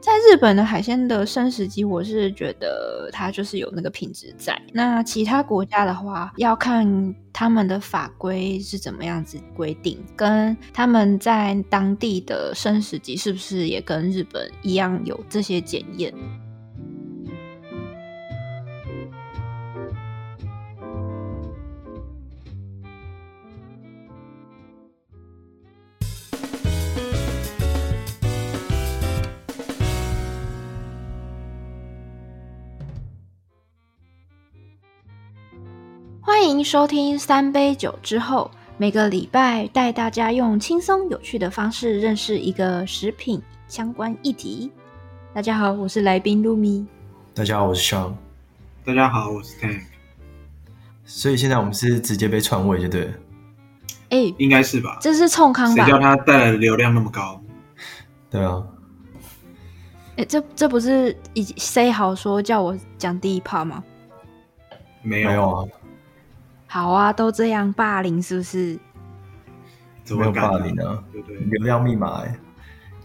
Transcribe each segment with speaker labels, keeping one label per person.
Speaker 1: 在日本的海鲜的生食鸡，我是觉得它就是有那个品质在。那其他国家的话，要看他们的法规是怎么样子规定，跟他们在当地的生食鸡是不是也跟日本一样有这些检验。欢迎收听三杯酒之后，每个礼拜带大家用轻松有趣的方式认识一个食品相关议题。大家好，我是来宾露米。
Speaker 2: 大家好，我是 Sean。
Speaker 3: 大家好，我是 Tank，
Speaker 2: 所以现在我们是直接被篡位，就对了。
Speaker 1: 哎、
Speaker 3: 应该是吧？
Speaker 1: 这是冲康
Speaker 3: 谁
Speaker 1: 吧？
Speaker 3: 叫他带来的流量那么高？
Speaker 2: 对啊，
Speaker 1: 哎、这这不是已经 say 好说叫我讲第一 part 吗？
Speaker 3: 没
Speaker 2: 没
Speaker 3: 有，
Speaker 2: 有啊，
Speaker 1: 好啊，都这样霸凌是不是？
Speaker 3: 怎
Speaker 2: 没
Speaker 3: 么
Speaker 2: 有
Speaker 3: 敢呢
Speaker 2: 霸凌啊，
Speaker 3: 对不对？
Speaker 2: 流量密码哎、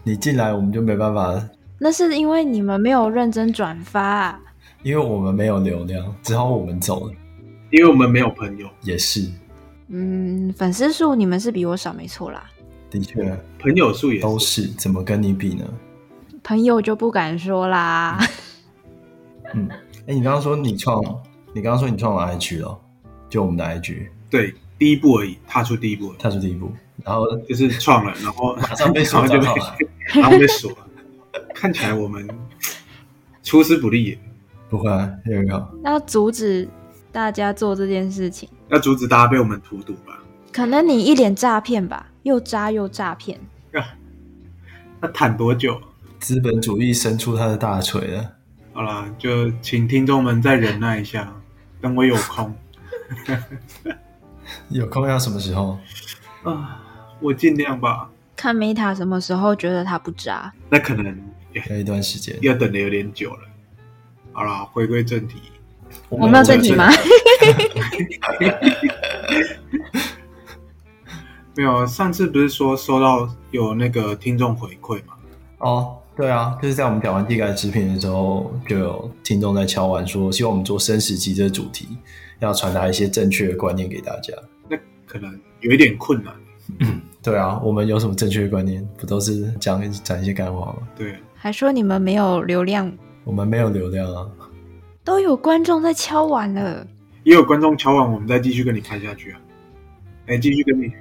Speaker 2: 你进来我们就没办法，
Speaker 1: 那是因为你们没有认真转发、啊。
Speaker 2: 因为我们没有流量，只好我们走了。
Speaker 3: 因为我们没有朋友，
Speaker 2: 也是，
Speaker 1: 嗯，粉丝数你们是比我少，没错啦。
Speaker 2: 的确
Speaker 3: 朋友数也
Speaker 2: 都
Speaker 3: 是。
Speaker 2: 是，怎么跟你比呢？
Speaker 1: 朋友就不敢说啦。
Speaker 2: 嗯，哎、你刚刚说你创，你刚刚说你创完 IG 了，就我们的 IG
Speaker 3: 对，第一步而已，踏出第一步而
Speaker 2: 踏出第一步，然后
Speaker 3: 已，就是创了，然后
Speaker 2: 马上被
Speaker 3: 然后
Speaker 2: 锁啊
Speaker 3: 就
Speaker 2: 账
Speaker 3: 被
Speaker 2: 号了，
Speaker 3: 然后被锁了。看起来我们出师不利耶，
Speaker 2: 不会啊，有一个
Speaker 1: 要阻止大家做这件事情，
Speaker 3: 要阻止大家被我们荼毒吧？
Speaker 1: 可能你一脸诈骗吧，又渣又诈骗。
Speaker 3: 那谈多久？
Speaker 2: 资本主义伸出他的大锤了。
Speaker 3: 好啦，就请听众们再忍耐一下，等我有空
Speaker 2: 有空要什么时候？
Speaker 3: 啊，我尽量吧。
Speaker 1: 看 Meta 什么时候觉得他不渣，
Speaker 3: 那可能
Speaker 2: 要一段时间。
Speaker 3: 要等的有点久了。好啦，回归正题，
Speaker 1: 我们要正题吗？
Speaker 3: 没有，啊上次不是说收到有那个听众回馈嘛？
Speaker 2: 哦，对啊，就是在我们讲完地改食品的时候，就有听众在敲完说，希望我们做生食鸡这个主题，要传达一些正确的观念给大家。
Speaker 3: 那可能有一点困难。
Speaker 2: 对啊，我们有什么正确的观念？不都是讲讲一些干话吗？
Speaker 3: 对，
Speaker 1: 还说你们没有流量，
Speaker 2: 我们没有流量啊，
Speaker 1: 都有观众在敲碗了。
Speaker 3: 也有观众敲完，我们再继续跟你拍下去啊。哎，继续跟你，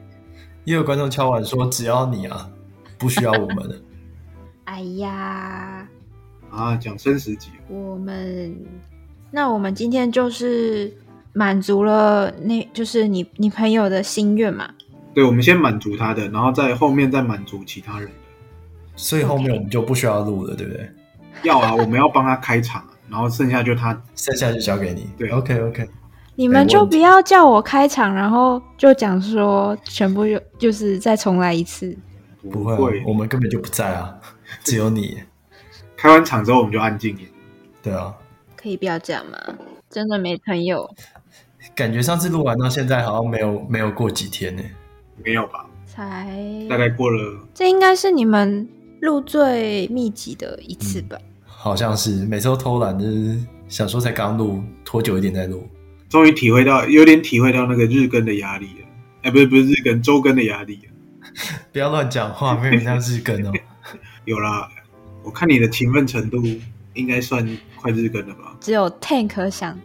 Speaker 2: 也有观众敲完说，只要你啊，不需要我们了。
Speaker 1: 哎呀，
Speaker 3: 啊，讲生死集，
Speaker 1: 我们那我们今天就是满足了那，就是你你朋友的心愿嘛。
Speaker 3: 对，我们先满足他的，然后在后面再满足其他人的。
Speaker 2: 所以后面我们就不需要录了，对不对？
Speaker 3: 要啊，我们要帮他开场啊，然后剩下就他。
Speaker 2: 剩下就交给你。
Speaker 3: 对
Speaker 2: ，OK OK，
Speaker 1: 你们就
Speaker 2: 问
Speaker 1: 不要叫我开场，然后就讲说全部就就是再重来一次。
Speaker 2: 不会啊、
Speaker 3: 会，
Speaker 2: 我们根本就不在啊，只有你。
Speaker 3: 开完场之后我们就安静一点。
Speaker 2: 对啊，
Speaker 1: 可以不要这样吗？真的没朋友，
Speaker 2: 感觉上次录完到现在好像没有没有过几天呢、
Speaker 3: 没有吧？
Speaker 1: 才
Speaker 3: 大概过了，
Speaker 1: 这应该是你们录最密集的一次吧？
Speaker 3: 嗯
Speaker 2: 好像是每次都偷懒，就是想说才刚录，拖久一点再录。
Speaker 3: 终于体会到，有点体会到那个日更的压力了。哎，不是不是日更，周更的压力了。
Speaker 2: 不要乱讲话，没有人要日更哦。
Speaker 3: 有啦，我看你的勤奋程度应该算快日更了吧？
Speaker 1: 只有 Tank 想，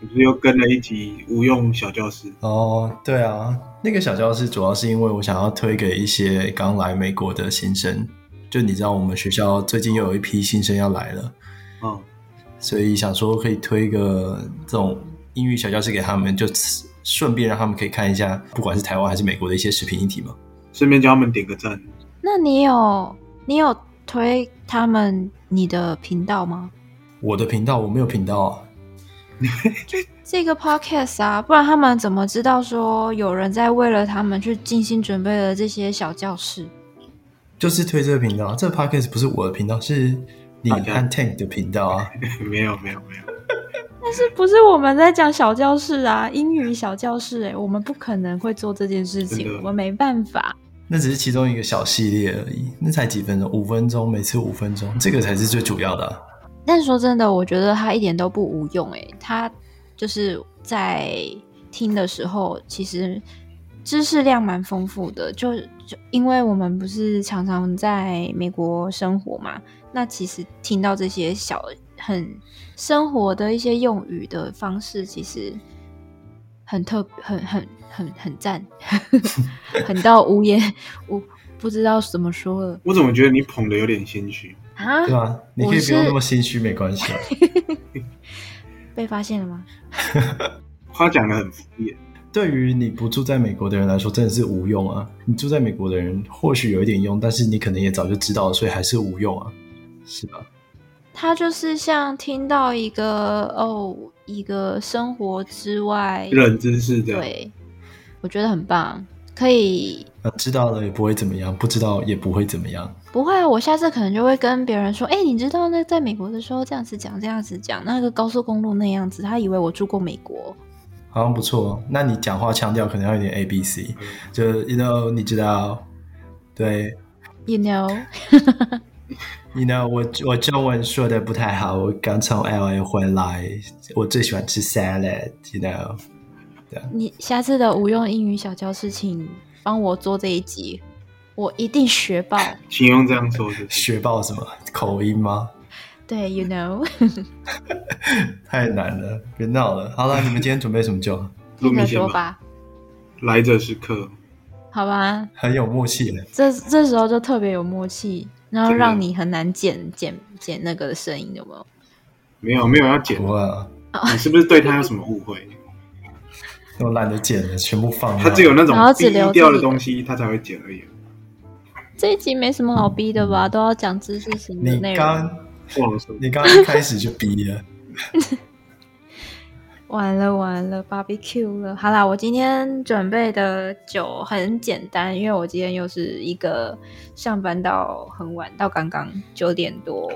Speaker 3: 你不是又跟了一集无用小教室？
Speaker 2: 哦，对啊，那个小教室主要是因为我想要推给一些刚来美国的新生，就你知道我们学校最近又有一批新生要来了，
Speaker 3: 嗯，
Speaker 2: 所以想说可以推一个这种英语小教室给他们，就顺便让他们可以看一下，不管是台湾还是美国的一些食品议题嘛。
Speaker 3: 顺便叫他们点个赞。
Speaker 1: 那你有你有推他们你的频道吗？
Speaker 2: 我的频道我没有频道啊，
Speaker 1: 这个 podcast 啊，不然他们怎么知道说有人在为了他们去精心准备了这些小教室？
Speaker 2: 就是推这个频道，啊这个 podcast 不是我的频道，是你
Speaker 3: 大
Speaker 2: 和
Speaker 3: 家
Speaker 2: Tank 的频道 啊。
Speaker 3: 没有没有没有，
Speaker 1: 但是不是我们在讲小教室啊，英语小教室、欸？我们不可能会做这件事
Speaker 3: 真
Speaker 1: 情，
Speaker 3: 的
Speaker 1: 我们没办法。
Speaker 2: 那只是其中一个小系列而已，那才几分钟，五分钟，每次五分钟，这个才是最主要的啊、
Speaker 1: 但说真的，我觉得它一点都不无用诶、它就是在听的时候，其实知识量蛮丰富的。就就因为我们不是常常在美国生活嘛，那其实听到这些小很生活的一些用语的方式，其实很特很很很很赞， 很到无言 无不知道怎么说了
Speaker 3: 我怎么觉得你捧的有点心虚？
Speaker 1: 啊
Speaker 2: 对？吧？你可以不
Speaker 1: 我
Speaker 2: 用
Speaker 1: 是
Speaker 2: 那么心虚，没关系啊。
Speaker 1: 被发现了吗？
Speaker 3: 夸奖的很敷衍。
Speaker 2: 对于你不住在美国的人来说，真的是无用啊！你住在美国的人或许有一点用，但是你可能也早就知道了，所以还是无用啊，是吧？
Speaker 1: 他就是像听到一个哦，一个生活之外，
Speaker 3: 冷知识这样，
Speaker 1: 对，我觉得很棒，可以
Speaker 2: 呃，知道了也不会怎么样，不知道也不会怎么样。
Speaker 1: 不会啊，我下次可能就会跟别人说，哎，你知道那在美国的时候这样子讲，这样子讲，那个高速公路那样子，他以为我住过美国，
Speaker 2: 好像不错哦。那你讲话腔调可能要有点 A B C，就是
Speaker 3: 嗯
Speaker 2: you know 你知道，对
Speaker 1: you know，
Speaker 2: ，you know 我我中文说的不太好，我刚从 L A 回来，我最喜欢吃 salad，you know。
Speaker 1: 你下次的无用英语小教室，请帮我做这一集，我一定学爆。
Speaker 3: 请用这样说， 就是
Speaker 2: 学爆什么口音吗？
Speaker 1: 对，you know，
Speaker 2: 太难了，别闹了。好了，你们今天准备什么酒？
Speaker 3: 录
Speaker 1: 听
Speaker 3: 明
Speaker 1: 着
Speaker 3: 显
Speaker 1: 说
Speaker 3: 吧。
Speaker 1: 吧，
Speaker 3: 来者是客，
Speaker 1: 好吧，
Speaker 2: 很有默契耶。
Speaker 1: 这这时候就特别有默契，然后
Speaker 3: 真的
Speaker 1: 让你很难剪剪剪那个的声音，有没有？
Speaker 3: 没有没有要
Speaker 1: 哦
Speaker 3: 剪，
Speaker 2: 不会啊，
Speaker 3: 你是不是对他有什么误 会？
Speaker 2: 我懒得剪了，全部放。
Speaker 3: 他只有那种
Speaker 1: 然后只
Speaker 3: 低
Speaker 1: 留自己
Speaker 3: 调的东西，他才会剪而已。
Speaker 1: 这一集没什么好逼的吧？都要讲知识型的
Speaker 2: 你
Speaker 1: 内容，
Speaker 2: 刚
Speaker 3: 忘了说，
Speaker 2: 你刚一开始就逼了，
Speaker 1: 完了完了，barbecue 了。好啦，我今天准备的酒很简单，因为我今天又是一个上班到很晚，到刚刚九点多，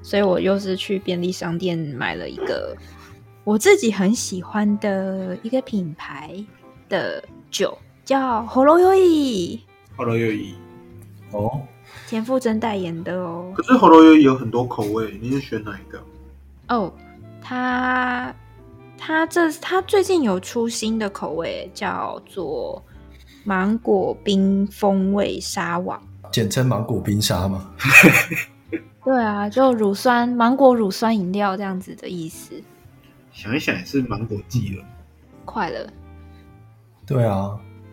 Speaker 1: 所以我又是去便利商店买了一个我自己很喜欢的一个品牌的酒，叫喉咙优饮。
Speaker 3: 喉咙优怡，
Speaker 2: 哦，
Speaker 1: 田馥甄代言的哦。
Speaker 3: 可是喉咙优怡有很多口味，你是选哪一个？
Speaker 1: 哦，他他这他最近有出新的口味，叫做芒果冰风味沙瓦。
Speaker 2: 简称芒果冰沙嘛。
Speaker 1: 对啊，就乳酸芒果乳酸饮料这样子的意思。
Speaker 3: 想一想也是芒果季了，
Speaker 1: 快了，
Speaker 2: 对啊，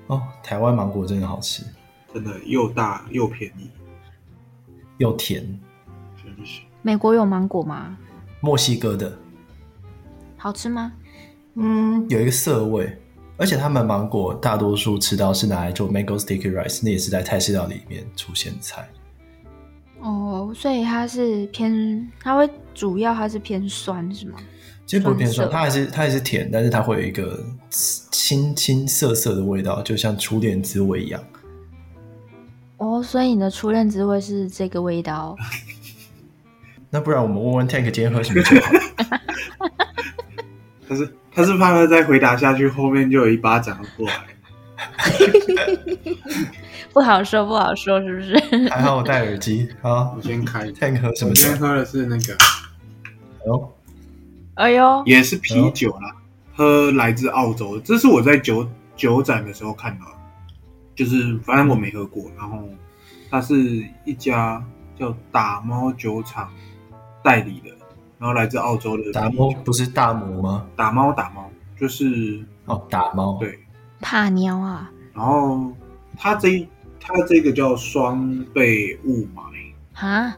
Speaker 2: 哦，台湾芒果真的好吃，
Speaker 3: 真的又大又便宜，
Speaker 2: 又甜。
Speaker 3: 真是。
Speaker 1: 美国有芒果吗？
Speaker 2: 墨西哥的，
Speaker 1: 好吃吗？
Speaker 2: 嗯，有一个涩味，而且他们芒果大多数吃到是拿来做 mango sticky rice，那也是在泰式料理里面出现的菜。
Speaker 1: 哦，所以它是偏，它会主要它是偏酸是吗？
Speaker 2: 其实不是偏
Speaker 1: 酸
Speaker 2: 酸，
Speaker 1: 涩
Speaker 2: 它还是它还是甜，但是它会有一个清清涩涩的味道，就像初恋滋味一样。
Speaker 1: 哦，所以你的初恋滋味是这个味道。哦
Speaker 2: 那不然我们问问 Tank 今天喝什么酒好了？
Speaker 3: 他是他是怕他再回答下去，后面就有一巴掌过来。
Speaker 1: 不好说，不好说，是不是？
Speaker 2: 还好我戴耳机。好
Speaker 3: 我先开，
Speaker 2: ，Tank 喝什
Speaker 3: 我
Speaker 2: 么
Speaker 3: 今
Speaker 2: 酒？
Speaker 3: 天喝的是那个
Speaker 2: 哦，
Speaker 1: 哎呦，
Speaker 3: 也是啤酒啦，喝来自澳洲，这是我在酒酒展的时候看到的，就是反正我没喝过。然后它是一家叫打猫酒厂代理的，然后来自澳洲的
Speaker 2: 达
Speaker 3: 啤
Speaker 2: 摩
Speaker 3: 酒
Speaker 2: 不是大魔吗？
Speaker 3: 打猫打猫，就是
Speaker 2: 哦，打猫。
Speaker 3: 对。
Speaker 1: 怕鸟啊！
Speaker 3: 然后它这一它这个叫双倍雾霾，
Speaker 1: 啊？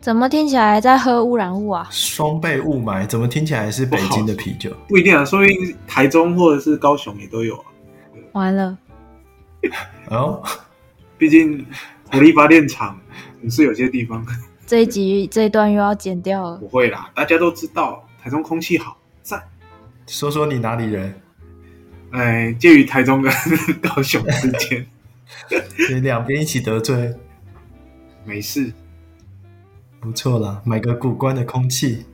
Speaker 1: 怎么听起来在喝污染物啊？
Speaker 2: 双倍雾霾，怎么听起来是北京的啤酒？
Speaker 3: 不一定啊，说不定台中或者是高雄也都有啊。
Speaker 1: 完了，
Speaker 2: 哦，
Speaker 3: 毕竟火力发电厂也是有些地方。
Speaker 1: 这一集这一段又要剪掉了。
Speaker 3: 不会啦，大家都知道台中空气好，赞。
Speaker 2: 说说你哪里人？
Speaker 3: 哎，介于台中跟 高雄之间，
Speaker 2: 你两边一起得罪，
Speaker 3: 没事，
Speaker 2: 不错啦，买个古关的空气。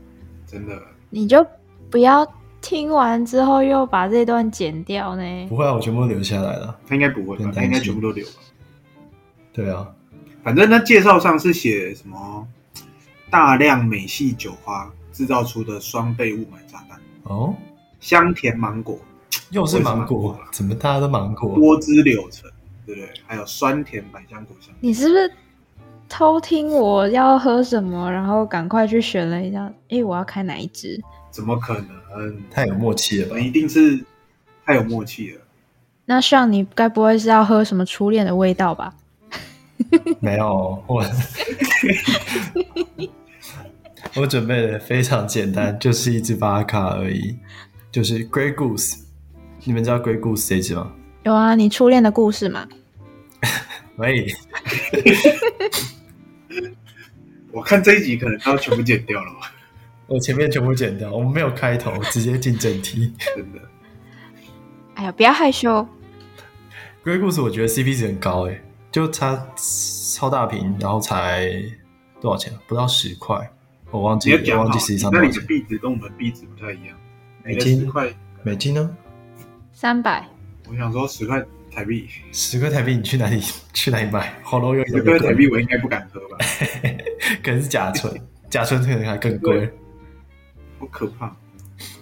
Speaker 3: 真的。
Speaker 1: 你就不要听完之后又把这段剪掉呢
Speaker 2: 不？会啊，我全部都留下来了。
Speaker 3: 他应该不会吧
Speaker 2: 很？
Speaker 3: 他
Speaker 2: 担
Speaker 3: 应该
Speaker 2: 心
Speaker 3: 全部都留吧？
Speaker 2: 对啊，
Speaker 3: 反正他介绍上是写什么大量美系酒花制造出的双倍雾霾炸弹，
Speaker 2: 哦，
Speaker 3: 香甜芒果、
Speaker 2: 又是芒
Speaker 3: 我也是芒
Speaker 2: 果
Speaker 3: 果啊，
Speaker 2: 怎么大家都芒果？
Speaker 3: 多汁柳橙，对不对？还有酸甜百香果香。
Speaker 1: 你是不是偷听我要喝什么，然后赶快去选了一下？诶，我要开哪一支？
Speaker 3: 怎么可能？
Speaker 2: 太有默契了
Speaker 3: 我
Speaker 2: 吧
Speaker 3: 们？一定是太有默契了。
Speaker 1: 那像你该不会是要喝什么初恋的味道吧？
Speaker 2: 没有， 我我准备的非常简单，就是一支巴卡而已，就是 Grey Goose。你们知道 Grey Goose 这支吗？
Speaker 1: 有啊，你初恋的故事嘛。
Speaker 2: 喂，
Speaker 3: 我看这一集可能要全部剪掉了吧，
Speaker 2: 我前面全部剪掉，我们没有开头，直接进正题。
Speaker 3: 真的。
Speaker 1: 哎呀，不要害羞，
Speaker 2: Grey Goose 我觉得 CP 值很高诶、就它超大瓶，然后才多少钱？啊不到十块，我忘
Speaker 3: 你
Speaker 2: 记
Speaker 3: 要讲
Speaker 2: 我忘
Speaker 3: 好
Speaker 2: 记实际，上多
Speaker 3: 那
Speaker 2: 少
Speaker 3: 你的
Speaker 2: 钱。
Speaker 3: 币值跟我们币值不太一样，
Speaker 2: 美
Speaker 3: 每
Speaker 2: 金
Speaker 3: 个十块。
Speaker 2: 美金呢？
Speaker 1: 三百。
Speaker 3: 我想说十块台币，
Speaker 2: 十块台币你去哪里 去哪里买？黄龙又
Speaker 3: 十块台币我应该不敢喝吧，
Speaker 2: 可能是甲醇，甲醇可能还更贵
Speaker 3: 对。好可怕。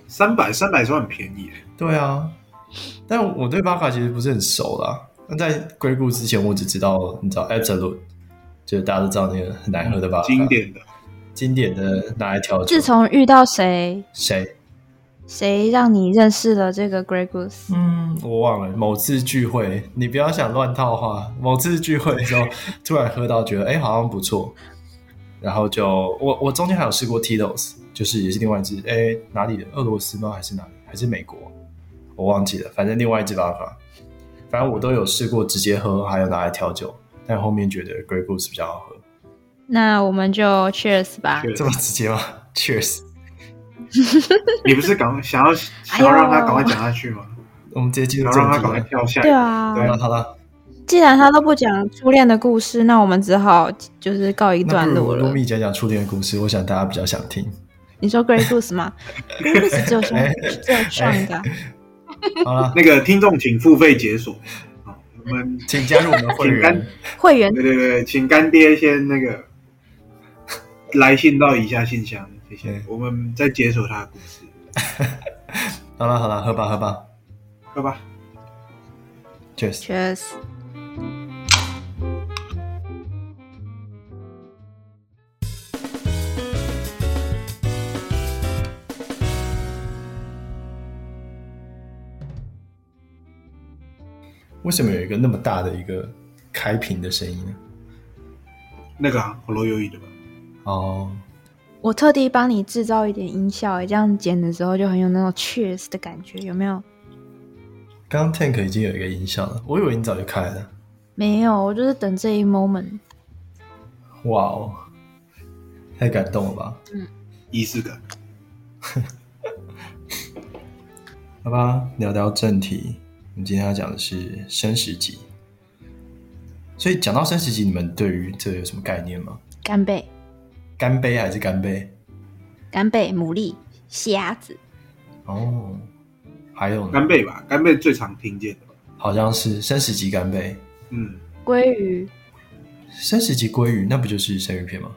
Speaker 3: 三百三百算很便宜耶，
Speaker 2: 对啊，但我对巴卡其实不是很熟啦。那在硅谷之前，我只知道你知道 Absolute，就是大家都知道那个很难喝的巴卡，
Speaker 3: 经典的。
Speaker 2: 经典的哪一条酒？
Speaker 1: 自从遇到谁，
Speaker 2: 谁？
Speaker 1: 谁让你认识了这个 Grey Goose？
Speaker 2: 嗯，我忘了。某次聚会，你不要想乱套话。某次聚会的时候，突然喝到觉得哎、诶好像不错，然后就我我中间还有试过 Tito's，就是也是另外一支哎、诶哪里的俄罗斯吗？还是哪里？还是美国？我忘记了，反正另外一支吧，反正我都有试过直接喝，还有拿来调酒，但后面觉得 Grey Goose 比较好喝。
Speaker 1: 那我们就 Cheers 吧。
Speaker 3: Cheers
Speaker 2: 这么直接吗 ？Cheers！
Speaker 3: 你不是赶快想要想要让他赶快讲下去吗？
Speaker 2: 我们直接进
Speaker 3: 想
Speaker 2: 入正
Speaker 3: 要让他
Speaker 2: 题
Speaker 3: 赶快
Speaker 2: 了。
Speaker 3: 跳下一个。
Speaker 1: 对啊，
Speaker 2: 好了好了，
Speaker 1: 既然他都不讲初恋的故事，那我们只好就是告一
Speaker 2: 那
Speaker 1: 段
Speaker 2: 不
Speaker 1: 落
Speaker 2: 如
Speaker 1: 了
Speaker 2: 露。米讲讲初恋的故事，我想大家比较想听。
Speaker 1: 你说 Grey Goose 吗？不是只有上
Speaker 2: 哎
Speaker 1: 只有上的啊，
Speaker 2: 好了，
Speaker 3: 那个听众请付费解锁。好我们
Speaker 2: 请加入我们的会
Speaker 3: 请干
Speaker 2: 员。
Speaker 1: 会员
Speaker 3: 对对对，请干爹先那 个来信到以下信箱，谢谢
Speaker 2: 对。
Speaker 3: 我们再解锁他的故事，
Speaker 2: 好了好了，喝吧喝吧
Speaker 3: 好吧？
Speaker 2: ，Cheers。
Speaker 1: Cheers。
Speaker 2: 为什么有一个那么大的一个开瓶的声音呢？
Speaker 3: 那个啊，火罗优衣的吧？
Speaker 2: 哦，
Speaker 1: 我特地帮你制造一点音效，哎这样剪的时候就很有那种 Cheers 的感觉，有没有？
Speaker 2: 刚刚 Tank 已经有一个音效了，我以为你早就开了。
Speaker 1: 没有，我就是等这一 moment。
Speaker 2: 哇哦，太感动了吧？
Speaker 3: 仪式感。
Speaker 2: 好吧，聊聊正题，我们今天要讲的是生食集。所以讲到生食集，你们对于这有什么概念吗？
Speaker 1: 干贝，
Speaker 2: 干杯还是干杯？
Speaker 1: 干贝，牡蛎，虾子，
Speaker 2: 哦，还有呢
Speaker 3: 干，贝吧，干贝最常听见的吧。
Speaker 2: 好像是生食集干杯，
Speaker 3: 嗯，
Speaker 1: 鲑鱼，
Speaker 2: 生食集鲑鱼，那不就是生鱼片吗？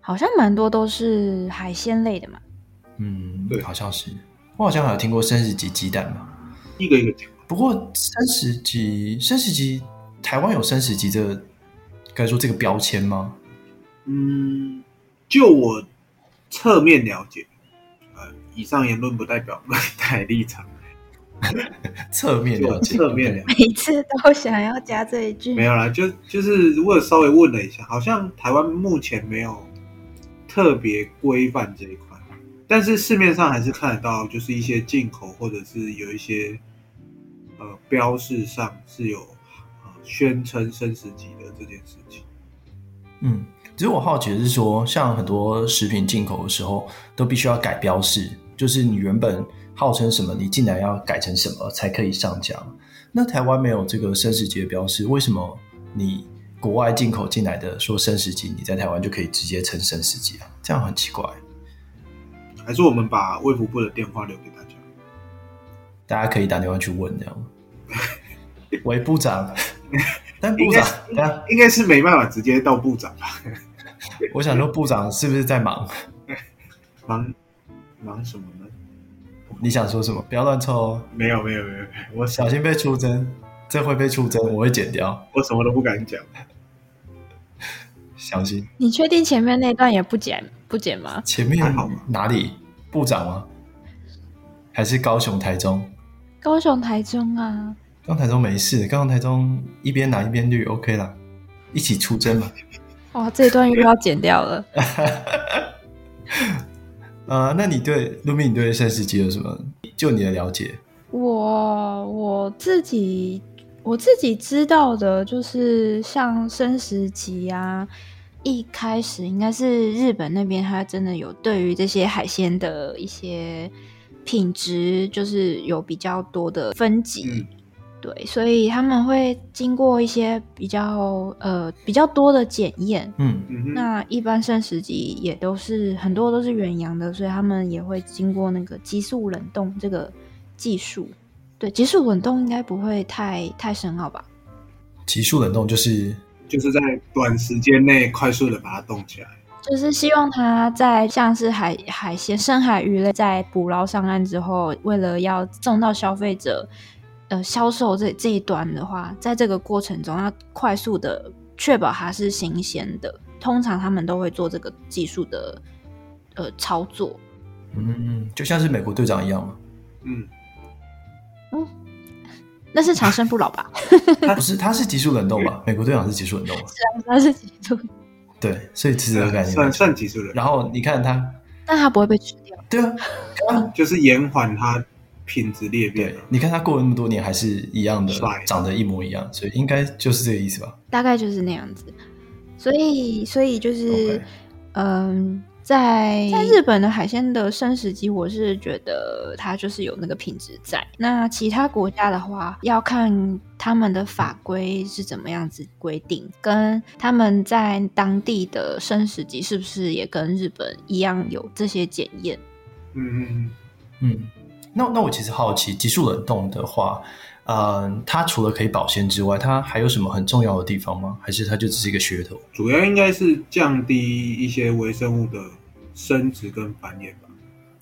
Speaker 1: 好像蛮多都是海鲜类的嘛。
Speaker 2: 嗯，
Speaker 3: 对
Speaker 2: 好像是。我好像还有听过生食级鸡蛋吧？
Speaker 3: 一个一个讲。
Speaker 2: 不过生食级生食级，台湾有生食级这个该说这个标签吗？
Speaker 3: 嗯，就我侧面了解，呃，以上言论不代表本 台立场，
Speaker 2: 侧面
Speaker 3: 就
Speaker 2: 了
Speaker 3: 我
Speaker 2: 解，
Speaker 3: 侧面了解。
Speaker 1: 每次都想要加这一句
Speaker 3: 没有啦，就就是我有稍微问了一下，好像台湾目前没有特别规范这一块，但是市面上还是看得到，就是一些进口或者是有一些呃标示上是有呃宣称生食级的这件事情。
Speaker 2: 嗯，只是我好奇的是说，像很多食品进口的时候，都必须要改标示，就是你原本号称什么，你竟然要改成什么才可以上架。那台湾没有这个生食级的标示，为什么你国外进口进来的说生食级，你在台湾就可以直接称生食级啊？这样很奇怪。
Speaker 3: 还是我们把卫福部的电话留给大家？
Speaker 2: 大家可以打电话去问这样。 喂，部长，但部长，
Speaker 3: 应
Speaker 2: 等下
Speaker 3: 该应该是没办法直接到部长吧？
Speaker 2: 我想说，部长是不是在忙？
Speaker 3: 忙忙什么呢？
Speaker 2: 你想说什么？不要乱凑哦，
Speaker 3: 没有没有没有，没有我什
Speaker 2: 小心被出征，这会被出征，我会剪掉，
Speaker 3: 我什么都不敢讲。
Speaker 2: 小心。
Speaker 1: 你确定前面那段也不剪不剪吗？
Speaker 2: 前面
Speaker 3: 还好吧
Speaker 2: 哪里？部长吗？还是高雄、台中？
Speaker 1: 高雄、台中啊，
Speaker 2: 刚台中没事，刚台中一边蓝一边绿，OK 啦，一起出征 嘛。
Speaker 1: 哇，这一段又要剪掉了。
Speaker 2: 呃，那你对卢米，你对三十级有什么？就你的了解，
Speaker 1: 我我自己我自己知道的就是像生食集啊，一开始应该是日本那边，它真的有对于这些海鲜的一些品质，就是有比较多的分级。
Speaker 3: 嗯
Speaker 1: 对，所以他们会经过一些比较呃比较多的检验，
Speaker 2: 嗯，
Speaker 3: 嗯哼，
Speaker 1: 那一般生食级也都是很多都是远洋的，所以他们也会经过那个急速冷冻这个技术。对，急速冷冻应该不会太太深奥吧？
Speaker 2: 急速冷冻就是
Speaker 3: 就是在短时间内快速的把它冻起来。
Speaker 1: 就是希望它在像是海海鲜、深海鱼类在捕捞上岸之后，为了要送到消费者，呃，销售这这一端的话，在这个过程中要快速的确保它是新鲜的。通常他们都会做这个技术的呃操作。
Speaker 2: 嗯，就像是美国队长一样嘛，
Speaker 3: 嗯，
Speaker 1: 那是长生不老吧？
Speaker 2: 他不是，他是急速冷冻吧？美国队长是急速冷冻嘛？
Speaker 1: 那是几度？
Speaker 2: 对，所以其实有概念
Speaker 3: 算啊算急速的，
Speaker 2: 然后你看他，
Speaker 1: 但它不会被吃掉。
Speaker 2: 对啊，
Speaker 3: 就是延缓它品质裂变
Speaker 2: 对
Speaker 3: 了，。
Speaker 2: 你看他过了那么多年还是一样的
Speaker 3: 帅，
Speaker 2: 长得一模一样，所以应该就是这个意思吧？
Speaker 1: 大概就是那样子。所以，所以就是
Speaker 2: OK
Speaker 1: 嗯，在在日本的海鲜的生食机，我是觉得它就是有那个品质在。那其他国家的话，要看他们的法规是怎么样子规定，跟他们在当地的生食机是不是也跟日本一样有这些检验。
Speaker 3: 嗯嗯嗯，
Speaker 2: 嗯，那那我其实好奇，急速冷冻的话，嗯、它除了可以保鲜之外，它还有什么很重要的地方吗？还是它就只是一个噱头？
Speaker 3: 主要应该是降低一些微生物的生殖跟繁衍吧，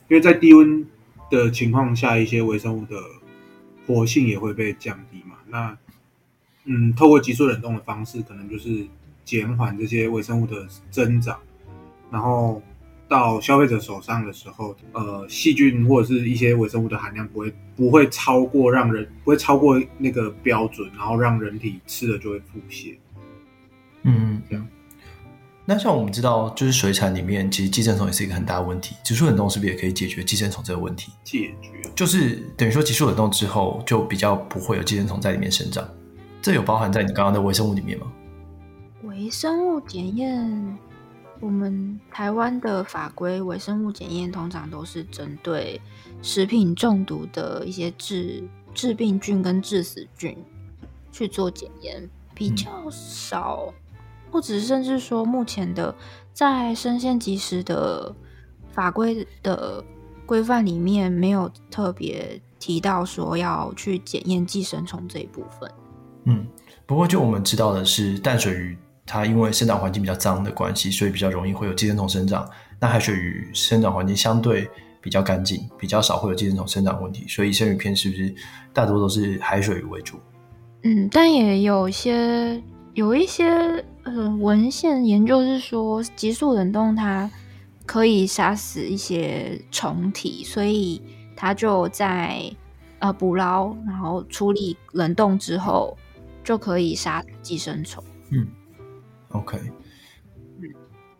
Speaker 3: 因为在低温的情况下，一些微生物的活性也会被降低嘛。那嗯，透过急速冷冻的方式，可能就是减缓这些微生物的增长，然后到消费者手上的时候，呃，细菌或者是一些微生物的含量不会不会超过让人不会超过那个标准，然后让人体吃了就会腹泻。
Speaker 2: 嗯
Speaker 3: 这样。
Speaker 2: 那像我们知道，就是水产里面其实寄生虫也是一个很大的问题，急速冷冻是不是也可以解决寄生虫这个问题？
Speaker 3: 解决
Speaker 2: 就是等于说急速冷冻之后，就比较不会有寄生虫在里面生长。这有包含在你刚刚的微生物里面吗？
Speaker 1: 微生物检验，我们台湾的法规微生物检验通常都是针对食品中毒的一些致致病菌跟致死菌去做检验，比
Speaker 2: 嗯
Speaker 1: 较少，或者甚至说目前的在生鲜即食的法规的规范里面没有特别提到说要去检验寄生虫这一部分。
Speaker 2: 嗯，不过就我们知道的是，淡水鱼它因为生长环境比较脏的关系，所以比较容易会有寄生虫生长。那海水鱼生长环境相对比较干净，比较少会有寄生虫生长问题，所以生鱼片是不是大多都是海水鱼为主？
Speaker 1: 嗯，但也有一些有一些呃文献研究是说，急速冷冻它可以杀死一些虫体，所以它就在呃捕捞，然后处理冷冻之后，就可以杀寄生虫。
Speaker 2: OK，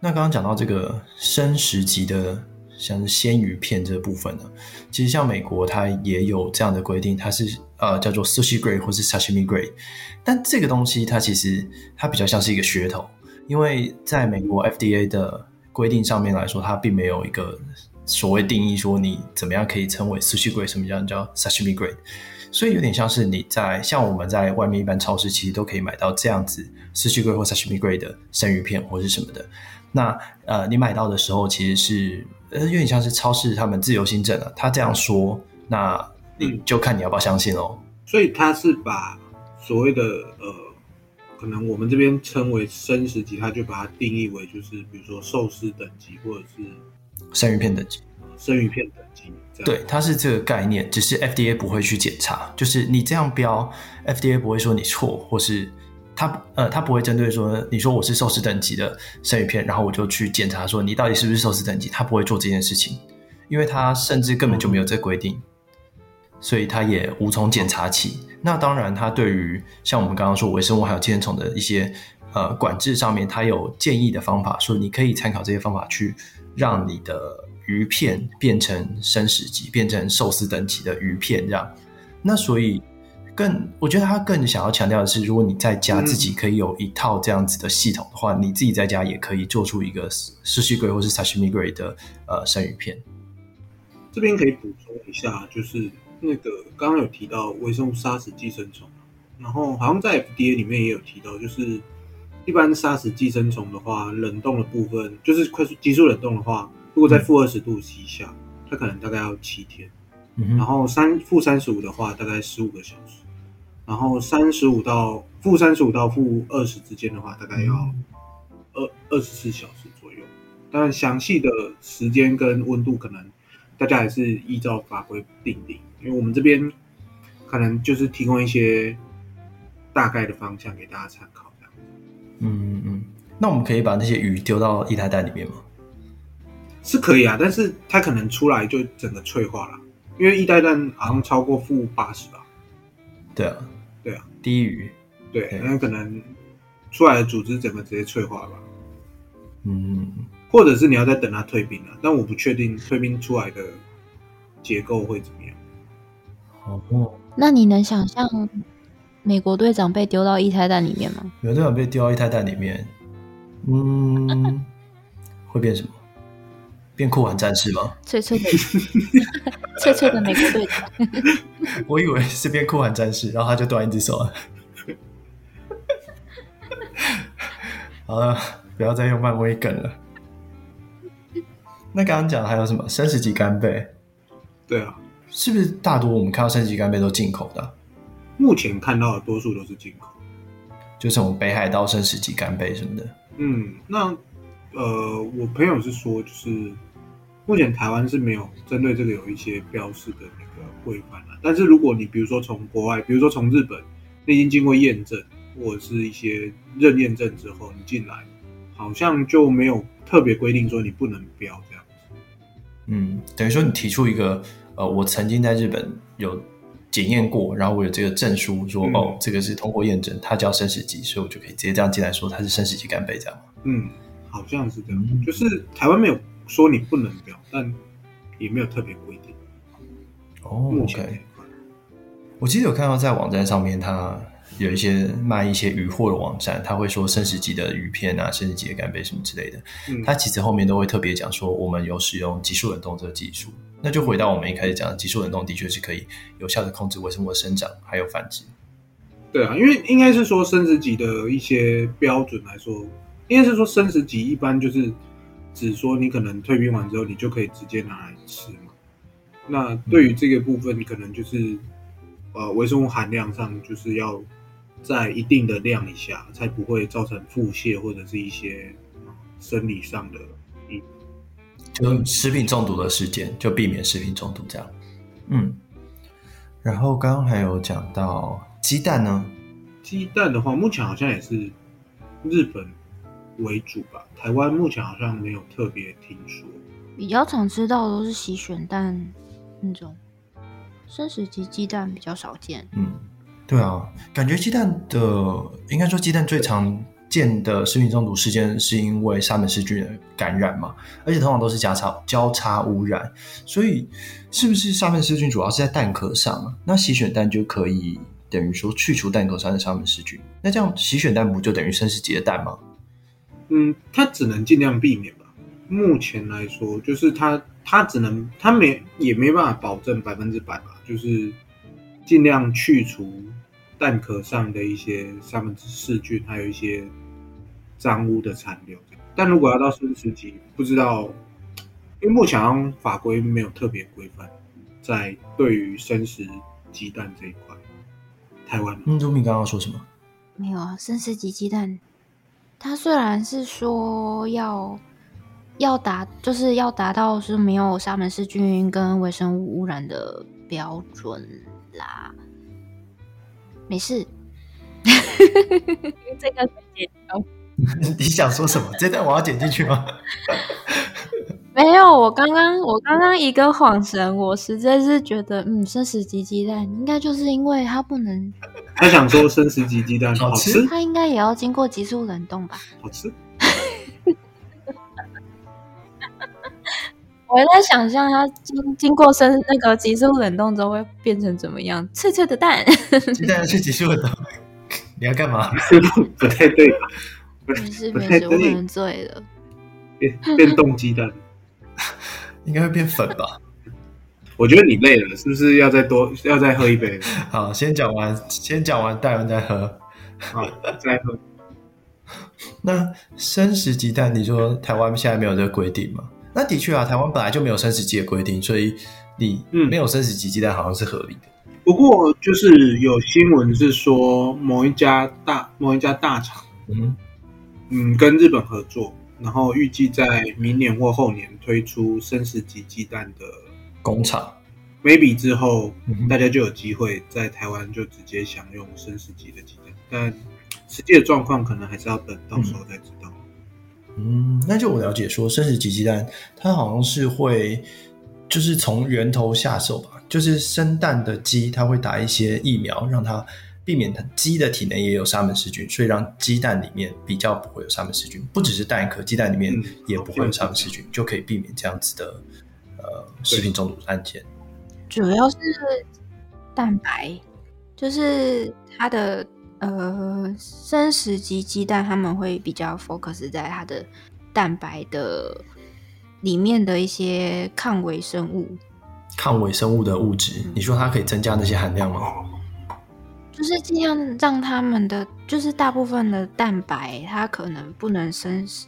Speaker 2: 那刚刚讲到这个生食级的，像是鲜鱼片这部分呢，其实像美国它也有这样的规定，它是呃叫做 sushi grade 或是 sashimi grade，但这个东西它其实它比较像是一个噱头，因为在美国 FDA 的规定上面来说，它并没有一个所谓定义说你怎么样可以称为 sushi grade，什么叫叫 sashimi grade。所以有点像是你在像我们在外面一般超市，其实都可以买到这样子 sushi grade 或 sashimi grade 的生鱼片或是什么的。那呃，你买到的时候其实是呃有点像是超市他们自由新政啊，他这样说，那你
Speaker 3: 嗯
Speaker 2: 就看你要不要相信喽。
Speaker 3: 所以他是把所谓的呃，可能我们这边称为生食级，他就把它定义为就是比如说寿司等级或者是
Speaker 2: 生鱼片等级，
Speaker 3: 呃生鱼片等级这样。
Speaker 2: 对，它是这个概念，只是 FDA 不会去检查，就是你这样标，FDA 不会说你错，或是它呃，它不会针对说你说我是寿司等级的生鱼片，然后我就去检查说你到底是不是寿司等级，它不会做这件事情，因为它甚至根本就没有这规定，所以它也无从检查起。那当然，它对于像我们刚刚说微生物还有寄生虫的一些呃管制上面，它有建议的方法，说你可以参考这些方法去让你的鱼片变成生食级，变成寿司等级的鱼片这样。那所以更，我觉得他更想要强调的是，如果你在家
Speaker 3: 嗯
Speaker 2: 自己可以有一套这样子的系统的话，你自己在家也可以做出一个寿司龟或是 sashimi 龟的呃生鱼片。
Speaker 3: 这边可以补充一下，就是那个刚刚有提到微生物杀死寄生虫，然后好像在 FDA 里面也有提到，就是一般杀死寄生虫的话，冷冻的部分就是快速急速冷冻的话，如果在负二十度 C 下，它可能大概要七天，
Speaker 2: 嗯
Speaker 3: 然
Speaker 2: 哼，
Speaker 3: 后三负三十五的话，大概十五个小时，然后三十五到负三十五到负二十之间的话，大概要二二十四小时左右。当然，详细的时间跟温度可能大家还是依照法规定定，因为我们这边可能就是提供一些大概的方向给大家参考。这样
Speaker 2: 嗯嗯嗯。那我们可以把那些鱼丢到液态蛋里面吗？
Speaker 3: 是可以啊，但是它可能出来就整个脆化了，因为一代蛋好像超过负八十吧，
Speaker 2: 对啊，
Speaker 3: 对啊，
Speaker 2: 低鱼。
Speaker 3: 对
Speaker 2: 对，
Speaker 3: 那可能出来的组织整个直接脆化吧，
Speaker 2: 嗯，
Speaker 3: 或者是你要再等它退冰了、但我不确定退冰出来的结构会怎么样。
Speaker 2: 好哦。
Speaker 1: 那你能想象美国队长被丢到液态蛋里面吗？
Speaker 2: 有队长被丢到液态蛋里面，嗯，会变什么？变酷玩战士吗？
Speaker 1: 脆脆的， 脆脆的美国队长。
Speaker 2: 我以为是变酷玩战士，然后他就断一只手了。 好了，不要再用漫威梗了。那刚刚讲的还有什么生食级干贝？
Speaker 3: 对啊，
Speaker 2: 是不是大多我们看到生食级干贝都进口的啊、
Speaker 3: 目前看到的多数都是进口。
Speaker 2: 就什么北海道生食级干贝什么的？
Speaker 3: 嗯，那呃，我朋友是说，就是目前台湾是没有针对这个有一些标示的那个规范了。但是如果你比如说从国外，比如说从日本，你已经经过验证或者是一些认验证之后，你进来好像就没有特别规定说你不能标这样。
Speaker 2: 嗯，等于说你提出一个，呃，我曾经在日本有检验过，然后我有这个证书说，
Speaker 3: 嗯
Speaker 2: 哦，这个是通过验证，它叫生食级，所以我就可以直接这样进来说它是生食级干贝这样。
Speaker 3: 嗯，好像是这样，
Speaker 2: 嗯
Speaker 3: 就是台湾没有说你不能标，但也没有特别规定。
Speaker 2: 哦
Speaker 3: 目前这
Speaker 2: ，OK，
Speaker 3: 一块
Speaker 2: 我记得有看到在网站上面，它有一些卖一些鱼货的网站，它会说生食级的鱼片啊、生食级的干贝什么之类的，
Speaker 3: 嗯，
Speaker 2: 它其实后面都会特别讲说，我们有使用急速冷冻这个技术。那就回到我们一开始讲的，急速冷冻的确是可以有效的控制微生物的生长还有繁殖。
Speaker 3: 对啊，因为应该是说生殖级的一些标准来说，应该是说生殖级一般就是只说你可能退兵完之后，你就可以直接拿来吃嘛。那对于这个部分，可能就是呃微生物含量上就是要在一定的量以下，才不会造成腹泻或者是一些呃生理上的影
Speaker 2: 就食品中毒的事件，就避免食品中毒这样。嗯，然后刚刚还有讲到鸡蛋呢，
Speaker 3: 鸡蛋的话，目前好像也是日本为主吧，台湾目前好像没有特别听说。
Speaker 1: 比较常吃到的都是洗选蛋那种，生食级鸡蛋比较少见。
Speaker 2: 嗯，对啊，感觉鸡蛋的应该说鸡蛋最常见的食品中毒事件是因为沙门氏菌的感染嘛，而且通常都是交叉交叉污染，所以是不是沙门氏菌主要是在蛋壳上啊？那洗选蛋就可以等于说去除蛋壳上的沙门氏菌，那这样洗选蛋不就等于生食级的蛋吗？
Speaker 3: 嗯，它只能尽量避免吧。目前来说，就是它它只能它没也没办法保证百分之百吧，就是尽量去除蛋壳上的一些沙门氏菌，还有一些脏污的残留。但如果要到四十级，不知道，因为目前好像法规没有特别规范在对于生食鸡蛋这一块，台湾
Speaker 2: 嗯，卢米刚刚说什么？
Speaker 1: 没有啊，生食级鸡蛋，它虽然是说要要达，就是要达到是没有沙门氏菌跟微生物污染的标准啦。没事， 这个解
Speaker 2: 你想说什么？这段我要剪进去吗？
Speaker 1: 没有。我刚刚我刚刚一个晃神，我实在是觉得，嗯，生食级鸡蛋应该就是因为它不能，
Speaker 3: 他想说生食级鸡蛋
Speaker 2: 好
Speaker 3: 好
Speaker 2: 吃
Speaker 3: 吃，
Speaker 1: 它应该也要经过急速冷冻吧。
Speaker 3: 好吃，
Speaker 1: 我在想象它经经过生那个急速冷冻之后会变成怎么样，脆脆的蛋。
Speaker 2: 鸡蛋要去几束的？ 你要干嘛？
Speaker 3: 不太对吧？
Speaker 1: 没事
Speaker 3: 不
Speaker 1: 没
Speaker 3: 太
Speaker 1: 事，我可
Speaker 3: 对
Speaker 1: 能醉了。
Speaker 3: 变 变冻鸡蛋。
Speaker 2: 应该会变粉吧？
Speaker 3: 我觉得你累了，是不是要再多要再喝一杯了？
Speaker 2: 好，先讲完，先讲完，戴完再喝。
Speaker 3: 啊，再喝。
Speaker 2: 那生食鸡蛋，你说台湾现在没有这个规定吗？那的确啊，台湾本来就没有生食鸡的规定，所以你
Speaker 3: 嗯
Speaker 2: 没有生食鸡鸡蛋好像是合理的。
Speaker 3: 不过就是有新闻是说某一家大某一家大厂，
Speaker 2: 嗯，
Speaker 3: 嗯，跟日本合作，然后预计在明年或后年推出生食级鸡蛋的
Speaker 2: 工厂，
Speaker 3: maybe 之后，
Speaker 2: 嗯
Speaker 3: 大家就有机会在台湾就直接享用生食级的鸡蛋，但实际的状况可能还是要等到时候再知道。
Speaker 2: 嗯，那就我了解说，生食鸡鸡蛋它好像是会就是从源头下手吧，就是生蛋的鸡，它会打一些疫苗，让它避免它鸡的体内也有沙门氏菌，所以让鸡蛋里面比较不会有沙门氏菌，不只是蛋壳，鸡蛋里面
Speaker 3: 嗯
Speaker 2: 也不会有沙门氏菌，就可以避免这样子的呃食品中毒案件。
Speaker 1: 主要是蛋白，就是它的呃生食级鸡蛋，他们会比较 focus 在它的蛋白的里面的一些抗微生物，
Speaker 2: 抗微生物的物质，你说它可以增加那些含量吗？
Speaker 1: 就是尽量让他们的，就是大部分的蛋白，它可能不能生食，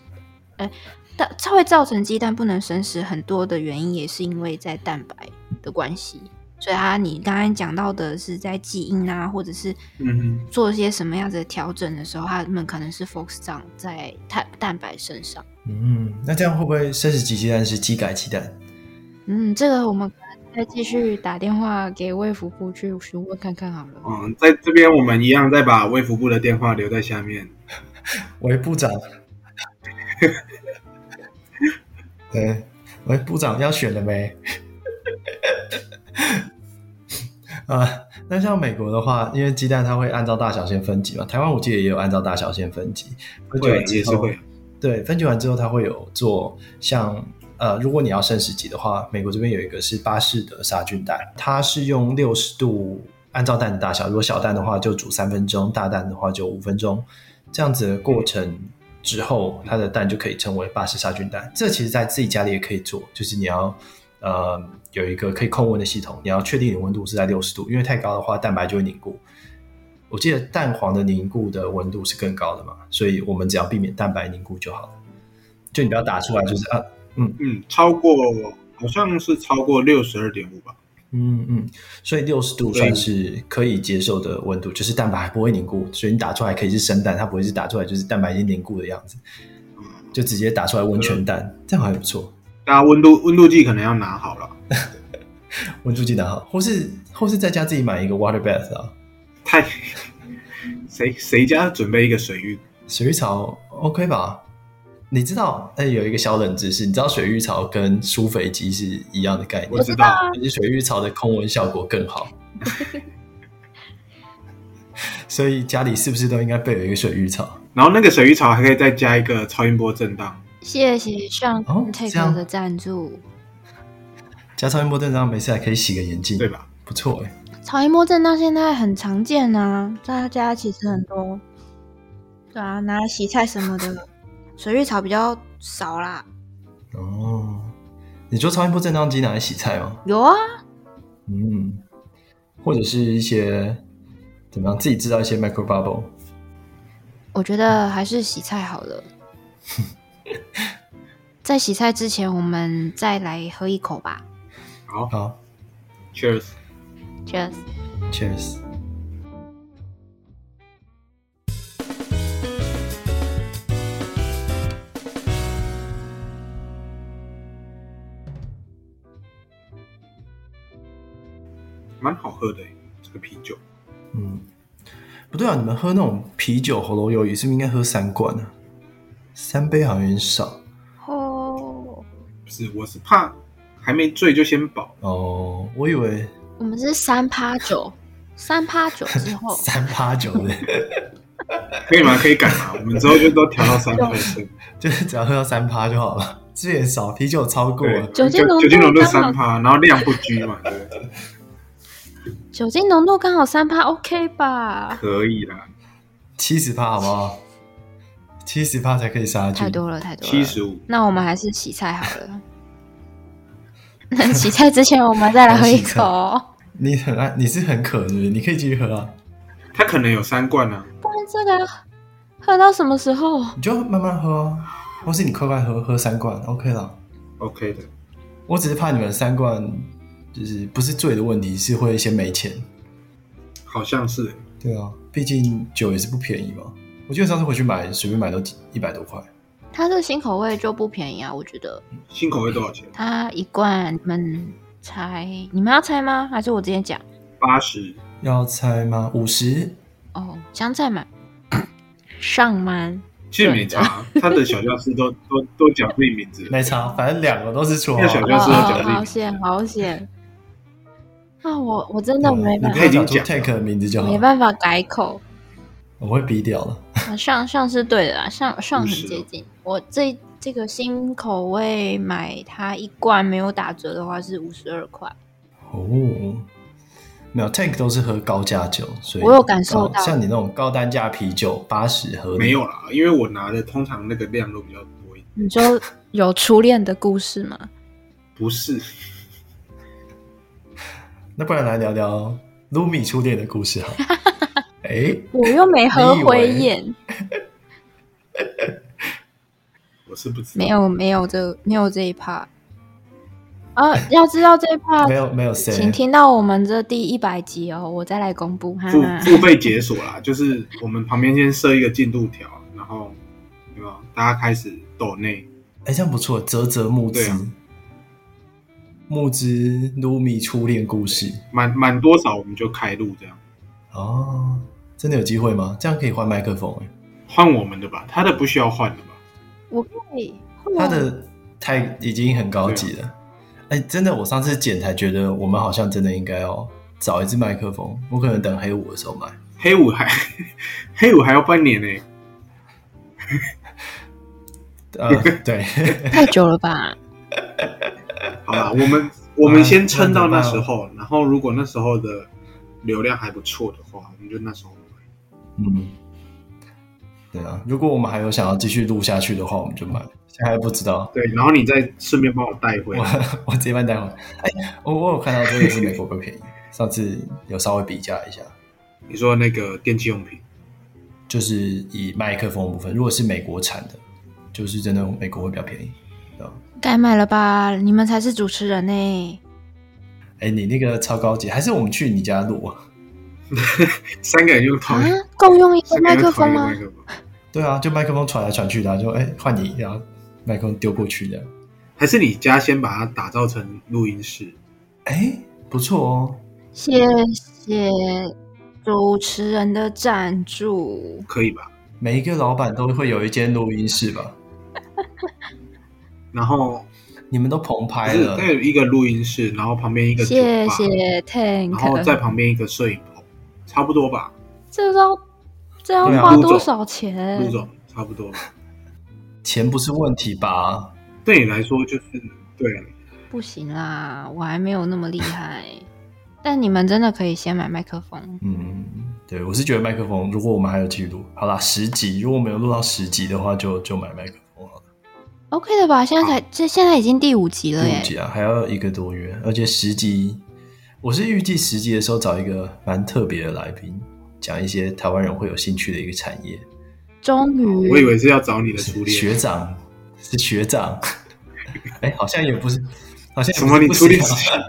Speaker 1: 呃，它它会造成鸡蛋不能生食，很多的原因也是因为在蛋白的关系。所以它你刚才讲到的是在基因啊，或者是
Speaker 3: 嗯哼，
Speaker 1: 做一些什么样子的调整的时候，他们可能是 focus 上在蛋蛋白身上。
Speaker 2: 嗯，那这样会不会生食鸡鸡蛋是鸡改鸡蛋？
Speaker 1: 嗯，这个我们可能再继续打电话给卫福部去询问看看好了。
Speaker 3: 嗯，在这边我们一样再把卫福部的电话留在下面。
Speaker 2: 喂，部长，对，喂，部长要选了没？ 啊，那像美国的话，因为鸡蛋它会按照大小先分级嘛，台湾我记得也有按照大小先分级，分级
Speaker 3: 会
Speaker 2: 完
Speaker 3: 啊也
Speaker 2: 之
Speaker 3: 是
Speaker 2: 后
Speaker 3: 会，啊，
Speaker 2: 对，分级完之后，它会有做像呃，如果你要升十级的话，美国这边有一个是巴氏的杀菌蛋，它是用六十度按照蛋的大小，如果小蛋的话就煮三分钟，大蛋的话就五分钟，这样子的过程之后，它的蛋就可以成为巴氏杀菌蛋。这其实在自己家里也可以做，就是你要呃有一个可以控温的系统，你要确定你的温度是在六十度，因为太高的话蛋白就会凝固。我记得蛋黄的凝固的温度是更高的嘛，所以我们只要避免蛋白凝固就好了。就你不要打出来，就是啊，
Speaker 3: 嗯，超过好像是超过六十二点五吧。
Speaker 2: 嗯嗯，所以六十度算是可以接受的温度，就是蛋白还不会凝固，所以你打出来可以是生蛋，它不会是打出来就是蛋白已经凝固的样子，就直接打出来温泉蛋，这样还不错。
Speaker 3: 大家温度温度计可能要拿好了，
Speaker 2: 温度计拿好，或是或是在家自己买一个 water bath 啊，
Speaker 3: 太 谁谁家准备一个水浴
Speaker 2: 水浴槽 OK 吧？你知道，哎，有一个小冷知识，你知道水浴槽跟疏肥机是一样的概念
Speaker 3: 我，知道啊
Speaker 2: 而且水浴槽的控温效果更 好。所以家里是不是都应该备有一个水浴槽？
Speaker 3: 然后那个水浴槽还可以再加一个超音波震荡，
Speaker 1: 谢谢上
Speaker 2: 哦这样
Speaker 1: Take 的赞助。
Speaker 2: 加超音波震荡，没事还可以洗个眼镜，
Speaker 3: 对？吧？
Speaker 2: 不错哎、
Speaker 1: 草音波震荡现在很常见啊，大家其实很多，对啊，拿来洗菜什么的， 水浴槽比较少啦。
Speaker 2: 哦，你说超音波震荡机拿来洗菜吗？
Speaker 1: 有啊，
Speaker 2: 嗯，或者是一些怎么样自己制造一些 micro bubble，
Speaker 1: 我觉得还是洗菜好了。在洗菜之前，我们再来喝一口吧。
Speaker 3: 好
Speaker 2: 好
Speaker 3: ，Cheers。
Speaker 1: Cheers！
Speaker 2: ，Cheers。
Speaker 3: 蛮好喝的耶欸这个啤酒。
Speaker 2: 嗯，不对啊，你们喝那种啤酒喉咙鱿鱼，是不是应该喝三罐啊？三杯好像有点少
Speaker 1: 哦，
Speaker 3: 不是，我是怕还没醉就先饱。
Speaker 2: 哦。我以为
Speaker 1: 我们是三趴酒，三趴酒之后
Speaker 2: 三趴酒的，
Speaker 3: 可以吗？可以改吗？我们之后就都调到三百分，
Speaker 2: 就是只要喝到三趴就好了，这也少，啤酒超过啊
Speaker 3: 对
Speaker 2: 了，
Speaker 1: 酒精浓度
Speaker 3: 酒精浓度三趴，然后量不拘嘛，对不对？
Speaker 1: 酒精浓度刚好三趴，OK 吧？
Speaker 3: 可以啦，
Speaker 2: 七十趴，好不好？七十趴才可以杀菌
Speaker 1: 太。多了，太多了。
Speaker 3: 七十五。
Speaker 1: 那我们还是洗菜好了。 那洗菜之前，我们再来喝一口哦。
Speaker 2: 你很爱，你是很渴是不是？你可以继续喝啊，
Speaker 3: 他可能有三罐啊，
Speaker 1: 不然这个喝到什么时候？
Speaker 2: 你就慢慢喝啊，或是你快快喝，喝三罐 OK 啦。
Speaker 3: ，OK 的。
Speaker 2: 我只是怕你们三罐就是不是醉的问题，是会先没钱。
Speaker 3: 好像是，欸
Speaker 2: 对啊，毕竟酒也是不便宜嘛。我记得上次回去买，随便买都一百多块。
Speaker 1: 它这新口味就不便宜啊，我觉得
Speaker 3: 新口味多少钱？
Speaker 1: 它一罐你们猜，你们要猜吗？还是我直接讲？
Speaker 3: 八十。
Speaker 2: 要猜吗？五十？
Speaker 1: 哦，香菜满上满，
Speaker 3: 其实没差， 他的小教室都都都讲自己名字，
Speaker 2: 没差，反正两个都是错啊。
Speaker 3: 要小
Speaker 1: 哦
Speaker 3: 就
Speaker 1: 哦
Speaker 3: 是要讲自己
Speaker 1: 好险好险！啊，我我真的没
Speaker 2: 嗯你
Speaker 1: 办
Speaker 2: 不
Speaker 1: 法，
Speaker 2: 要
Speaker 3: 已
Speaker 2: 讲
Speaker 3: 经
Speaker 2: 出啊
Speaker 3: 讲了
Speaker 2: Tank 的名字就好。
Speaker 1: 没办法改口。
Speaker 2: 我会逼掉了。
Speaker 1: 啊上上是对的啦，上上很
Speaker 3: 50
Speaker 1: 接近。我这这个新口味买它一罐没有打折的话是五十二块，
Speaker 2: 哦，没有 Tank 都是喝高价酒，所以
Speaker 1: 我有感受到
Speaker 2: 高像你那种高单价啤酒八十喝
Speaker 3: 没有啦，因为我拿的通常那个量都比较多一点。
Speaker 1: 你就有初恋的故事吗？
Speaker 3: 不是，
Speaker 2: 那不然来聊聊 Lumi 初恋的故事 好了。哎，
Speaker 1: 我又没喝
Speaker 2: 你以为
Speaker 1: 灰宴，
Speaker 3: 我是不知道。
Speaker 1: 没有没有这没有这一趴。啊，要知道这一趴
Speaker 2: 没，有没有谁？
Speaker 1: 请听到我们这第一百集哦，我再来公布。哈
Speaker 3: 付
Speaker 1: 哈，
Speaker 3: 付费解锁啦，就是我们旁边先设一个进度条，然后对吧？大家开始抖内，
Speaker 2: 哎，这样不错，泽泽募资
Speaker 3: 对啊，
Speaker 2: 募资 Lumi 初恋故事
Speaker 3: 满满多少我们就开录，这样
Speaker 2: 哦，真的有机会吗？这样可以换麦克风哎，
Speaker 3: 换我们的吧，他的不需要换了吧？
Speaker 1: 我可以。
Speaker 2: 它的太已经很高级了。哎，真的，我上次剪才觉得我们好像真的应该要找一支麦克风，我可能等黑五的时候买。
Speaker 3: 黑五还 黑五还要半年呢、
Speaker 2: 呃，对，
Speaker 1: 太久了吧？
Speaker 3: 好 啦，我们我们先撑到那
Speaker 2: 那怎
Speaker 3: 时
Speaker 2: 么办
Speaker 3: 候，然后如果那时候的流量还不错的话，我们就那时候买。
Speaker 2: 嗯，对啊，如果我们还有想要继续录下去的话，我们就买。现在还不知道，
Speaker 3: 对，然后你再顺便帮我带回
Speaker 2: 我
Speaker 3: 来。
Speaker 2: 我直接办待会。哎，我我有看到真的是美国更便宜，上次有稍微比价一下，
Speaker 3: 你说那个电器用品，
Speaker 2: 就是以麦克风的部分，如果是美国产的，就是真的美国会比较便宜。对啊
Speaker 1: 该买了吧？你们才是主持人呢。
Speaker 2: 哎，你那个超高级，还是我们去你家录啊？
Speaker 3: 三个人用同
Speaker 1: 啊
Speaker 3: 一，
Speaker 1: 够用一个
Speaker 3: 三个
Speaker 1: 麦克
Speaker 3: 人用同
Speaker 1: 风
Speaker 3: 一个
Speaker 1: 吗
Speaker 3: 麦？克风，
Speaker 2: 对啊，就麦克风传来传去的啊、就哎换你，然后麦克风丢过去的。
Speaker 3: 还是你家先把它打造成录音室？
Speaker 2: 哎，不错哦，
Speaker 1: 谢谢主持人的赞助。
Speaker 3: 可以吧？
Speaker 2: 每一个老板都会有一间录音室吧？
Speaker 3: 然后
Speaker 2: 你们都澎
Speaker 3: 就
Speaker 2: 湃
Speaker 3: 是
Speaker 2: 了，
Speaker 3: 它有一个录音室，然后旁边一个酒
Speaker 1: 谢
Speaker 3: 吧，
Speaker 1: 谢
Speaker 3: 然后在
Speaker 1: Tank，
Speaker 3: 旁边一个摄影棚，差不多吧，
Speaker 1: 这要这要
Speaker 2: 对啊
Speaker 1: 花
Speaker 3: 陆总
Speaker 1: 多少钱
Speaker 3: 陆？总差不多吧。
Speaker 2: 钱不是问题吧？
Speaker 3: 对你来说就是对，啊
Speaker 1: 不行啦，我还没有那么厉害。但你们真的可以先买麦克风，
Speaker 2: 嗯，对，我是觉得麦克风，如果我们还有记录，好啦，十集，如果我们有录到十集的话，就就买麦克风好了。
Speaker 1: OK 的吧？现在才这现在已经第五集
Speaker 2: 第
Speaker 1: 了耶
Speaker 2: 五，集啊，还要一个多月，而且十集，我是预计十集的时候找一个蛮特别的来宾，讲一些台湾人会有兴趣的一个产业。
Speaker 1: 终于嗯
Speaker 3: 我以为是要找你的初
Speaker 2: 是
Speaker 3: 恋，
Speaker 2: 学长，是学长，哎，好像也不是，好像也
Speaker 3: 什
Speaker 2: 不
Speaker 3: 么？
Speaker 2: 是
Speaker 3: 你
Speaker 2: 不
Speaker 3: 处理
Speaker 2: 行啊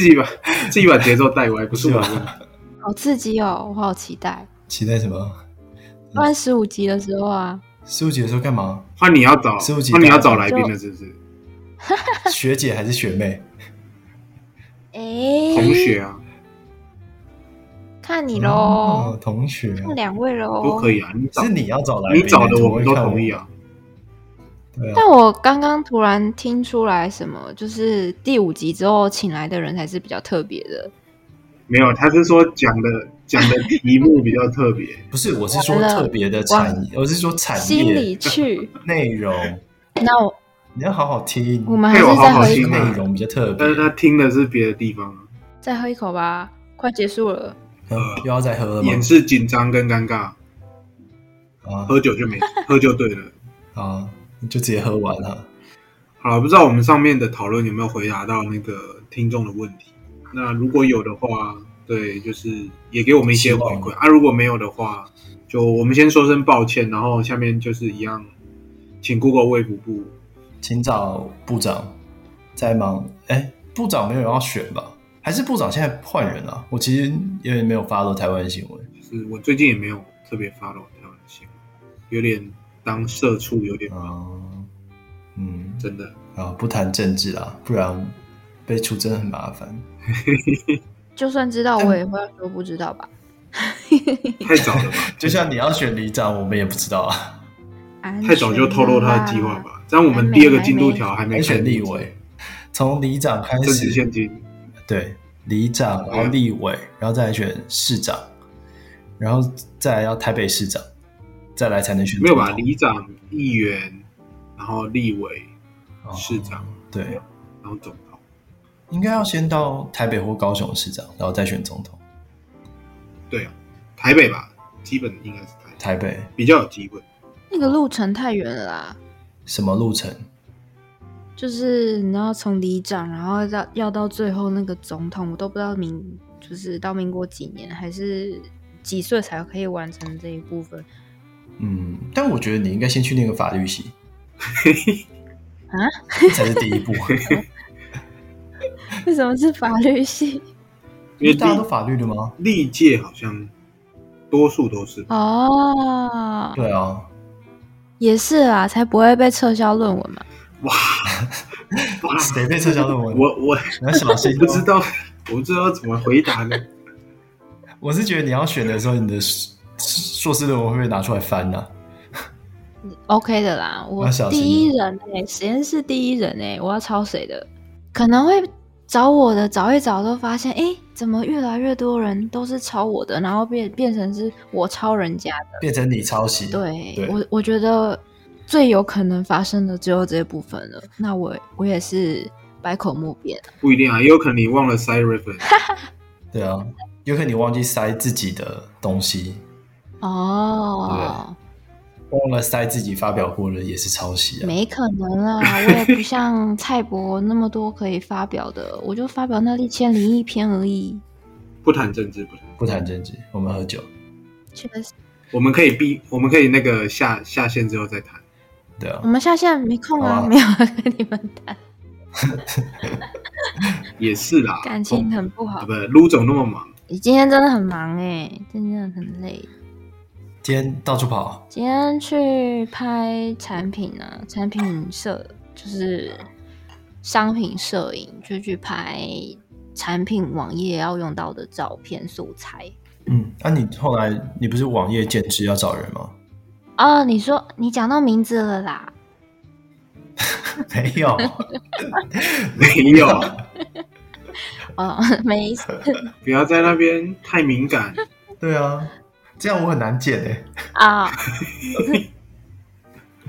Speaker 3: 己，自己把自己把节奏带歪，不是我的
Speaker 2: 是
Speaker 3: 问
Speaker 2: 吧
Speaker 3: 题。
Speaker 1: 好刺激哦，我好期待。
Speaker 2: 期待什么？
Speaker 3: 嗯
Speaker 1: 不然十五集的时候啊，
Speaker 2: 十五集的时候干嘛？
Speaker 3: 换你要找，
Speaker 2: 十五集
Speaker 3: 换你要找来宾了，是不是？
Speaker 2: 学姐还是学 妹？
Speaker 1: 哎、
Speaker 3: 同学啊，
Speaker 1: 看你
Speaker 2: 哦
Speaker 1: 喽，，
Speaker 2: 同学啊
Speaker 1: 看两位喽，
Speaker 3: 嗯都可以啊。你找
Speaker 2: 是你要找来
Speaker 3: 你
Speaker 2: 宾，
Speaker 3: 找的，
Speaker 2: 怎么
Speaker 3: 我
Speaker 2: 会
Speaker 3: 们都
Speaker 2: 看
Speaker 3: 同意。啊。
Speaker 2: 对啊
Speaker 3: 哦
Speaker 1: 但，我刚刚突然听出来，什么就是第五集之后请来的人才是比较特别的。
Speaker 3: 没有，他是说讲的讲的题目比较特别，
Speaker 2: 不是，我是说
Speaker 1: 完了
Speaker 2: 特别的产业，我是说产
Speaker 1: 心
Speaker 2: 业
Speaker 1: 理 去，
Speaker 2: 内容，
Speaker 1: 那我
Speaker 2: 你要好好听。
Speaker 1: 我们还
Speaker 3: 配
Speaker 1: 是
Speaker 3: 我
Speaker 1: 再
Speaker 3: 好好
Speaker 1: 喝一
Speaker 3: 听
Speaker 1: 口，
Speaker 3: 啊
Speaker 2: 内容比较特别
Speaker 3: 但，是他听的是别的地方啊，
Speaker 1: 再喝一口吧，快结束了。
Speaker 2: 嗯又要再喝了吗？
Speaker 3: 掩饰紧张跟尴尬，
Speaker 2: 啊
Speaker 3: 喝酒就没喝就对了。
Speaker 2: 啊，就直接喝完了。
Speaker 3: 好了，不知道我们上面的讨论有没有回答到那个听众的问题？那如果有的话，对，就是也给我们一些
Speaker 2: 希
Speaker 3: 回
Speaker 2: 望
Speaker 3: 馈啊。如果没有的话，就我们先说声抱歉，然后下面就是一样，请 Google 卫福部
Speaker 2: 请找部长在忙。哎，部长没有要选吧？还是部长现在换人了、我其实有点没有 follow 台湾新闻。
Speaker 3: 是我最近也没有特别 follow 台湾的新闻，有点当社畜，有点
Speaker 2: 嗯嗯，
Speaker 3: 真的。
Speaker 2: 啊，不谈政治啦，不然被出征很麻烦。
Speaker 1: 就算知
Speaker 3: 嗯
Speaker 1: 道，我也会说不知道吧。
Speaker 3: 太早了吧？
Speaker 2: 就像你要选里长，我们也不知道啊。
Speaker 1: 安全
Speaker 3: 太早就透露他的计划
Speaker 1: 啦。
Speaker 3: 吧？这样我们第二个进度条还没
Speaker 2: 还
Speaker 3: 开
Speaker 2: 选立委，从里长开
Speaker 3: 政治
Speaker 2: 始，
Speaker 3: 现金。
Speaker 2: 对，里
Speaker 3: 嗯
Speaker 2: 长，然后立委，然后再来选市长，然后再来要台北市长，再来才能选
Speaker 3: 没有
Speaker 2: 总
Speaker 3: 吧？
Speaker 2: 统
Speaker 3: 里长、议员，然后立委、
Speaker 2: 哦
Speaker 3: 市长，
Speaker 2: 对。
Speaker 3: 然后总统。
Speaker 2: 应该要先到台北或高雄市长，然后再选总统。
Speaker 3: 对啊，台北吧，基本应该是台北，
Speaker 2: 台北
Speaker 3: 比较有机会。
Speaker 1: 那个路程太远了啦，
Speaker 2: 什么路程？
Speaker 1: 就是你要从里长，然后到要到最后那个总统，我都不知道民就是到民国几年还是几岁才可以完成这一部 分
Speaker 2: 嗯，但我觉得你应该先去那个法律 系，
Speaker 1: 啊？
Speaker 2: 才是第一 步。
Speaker 1: 为什么是法律 系？
Speaker 3: 因为
Speaker 2: 大家都
Speaker 3: 历
Speaker 2: 法律的吗？
Speaker 3: 历届好像多数都是吧，
Speaker 1: 哦，
Speaker 2: 对啊，
Speaker 1: 也是啊，才不会被撤销论文嘛。
Speaker 3: 哇哇！
Speaker 2: 谁被撤销论文？
Speaker 3: 啊我我
Speaker 2: 你要小心、哦
Speaker 3: 不知。道， 我不知道怎么回答呢。
Speaker 2: 我是觉得你要选的时候，你的硕硕士论文会不会拿出来翻呢、啊
Speaker 1: OK 的啦，我
Speaker 2: 要小心
Speaker 1: 第一人哎、实验室第一人哎、我要抄谁的？可能会找我的，找一找都发现，哎、怎么越来越多人都是抄我的，然后变变成是我抄人家的。
Speaker 2: 变成你抄袭？
Speaker 1: 对
Speaker 2: 对
Speaker 1: 我，我觉得最有可能发生的只有这部分了。那我我也是百口莫辩。
Speaker 3: 不一定啊，也有可能你忘了 side reference，
Speaker 2: 对啊，有可能你忘记塞自己的东西，
Speaker 1: 哦，
Speaker 2: 忘了塞自己发表过的也是抄袭啊。
Speaker 1: 没可能啦，我也不像蔡博那么多可以发表的，我就发表那一千零一篇而已。
Speaker 3: 不谈政治，不谈。
Speaker 2: 不谈政治，我们喝酒。
Speaker 1: 确实，
Speaker 3: 我们可以避，我们可以那个下下线之后再谈。
Speaker 2: 对啊
Speaker 1: 我，们下线没空啊，
Speaker 2: 好啊
Speaker 1: 没有跟你们谈，
Speaker 3: 也是啦，
Speaker 1: 感情很不
Speaker 3: 啊，
Speaker 1: 好。
Speaker 3: 不，卢总那么忙，
Speaker 1: 你今天真的很忙哎、真的很累。
Speaker 2: 今天到处跑，
Speaker 1: 今天去拍产品啊，产品摄就是商品摄影，就去拍产品网页要用到的照片素材。
Speaker 2: 嗯，那、你后来你不是网页兼职要找人吗？
Speaker 1: 哦，你说你讲到名字了啦，
Speaker 2: 没有，
Speaker 3: 没有，
Speaker 1: 哦， 没事
Speaker 3: 不要在那边太敏感。
Speaker 2: 对啊，这样我很难剪欸诶、
Speaker 1: 啊。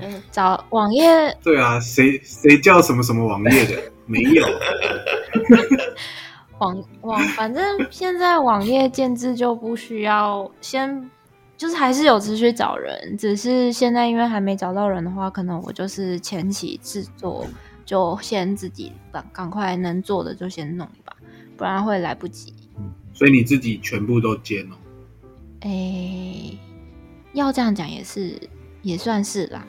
Speaker 1: 嗯，找网页
Speaker 3: 对啊，谁谁叫什么什么网页的？没有，
Speaker 1: 网网，反正现在网页建制就不需要先，就是还是有持续找人，只是现在因为还没找到人的话，可能我就是前期制作就先自己赶赶快能做的就先弄吧，不然会来不及。
Speaker 3: 所以你自己全部都兼哦。
Speaker 1: 哎、要这样讲也是，也算是啦。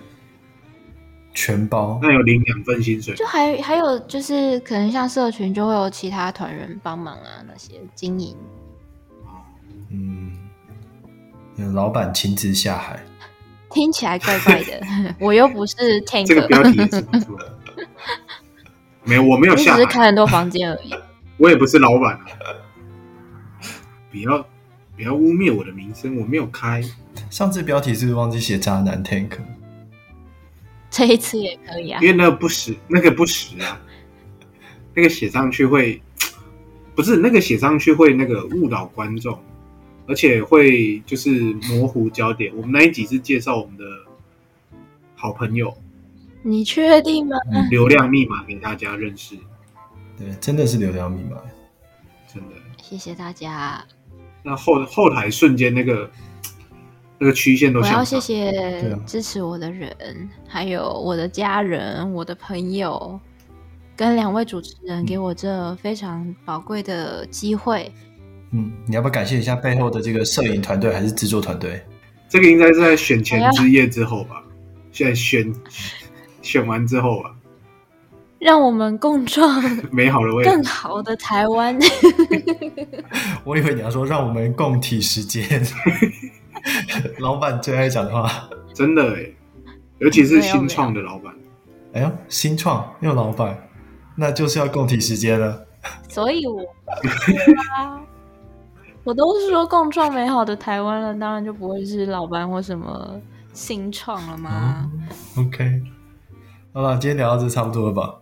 Speaker 2: 全包。
Speaker 3: 那有领两份薪水
Speaker 1: 就，还还有就是，可能像社群就会有其他团员帮忙啊，那些经营。
Speaker 2: 嗯，有老板亲自下海，
Speaker 1: 听起来怪怪的， 我又不是 tank，
Speaker 3: 这个标题也是不错 的。没有，我没有
Speaker 1: 我只
Speaker 3: 下
Speaker 1: 是
Speaker 3: 海，
Speaker 1: 开很多房间而已。
Speaker 3: 我也不是老板啊。不要不要污蔑我的名声，我没有开。
Speaker 2: 上次标题是不是忘记写渣男 tank？
Speaker 1: 这一次也可以啊
Speaker 3: 因，为那个不实，那个不实啊，那个写上去会，不是那个写上去会那个误导观众，而且会就是模糊焦点。我们那一集是介绍我们的好朋友
Speaker 1: 你确定吗？
Speaker 2: 嗯
Speaker 3: 流量密码给大家认识，
Speaker 2: 对，真的是流量密码。
Speaker 3: 真的。
Speaker 1: 谢谢大家，
Speaker 3: 那后后台瞬间那个那个曲线都
Speaker 1: 我要
Speaker 3: 向
Speaker 1: 谢
Speaker 3: 上，
Speaker 1: 谢
Speaker 2: 啊
Speaker 1: 支持我的人，还有我的家人、我的朋友，跟两位主持
Speaker 3: 嗯
Speaker 1: 人给我这非常宝贵的机会。
Speaker 2: 嗯，你要不要感谢一下背后的这个摄影团队还是制作团队？
Speaker 3: 这个应该是在选前之夜之后吧，现在选 选完之后吧，
Speaker 1: 让我们共创
Speaker 3: 美好的未来
Speaker 1: 更。好的台湾。
Speaker 2: 我以为你要说让我们共体时间，老板最爱讲的话。
Speaker 3: 真的哎，尤其是新创的老板，
Speaker 2: 哎呦，新创又老板，那就是要共体时间了。
Speaker 1: 所以我 对啊，我都是说共创美好的台湾了，当然就不会是老板或什么新创了嘛。
Speaker 2: 嗯 OK，好了，今天聊到这差不多了吧？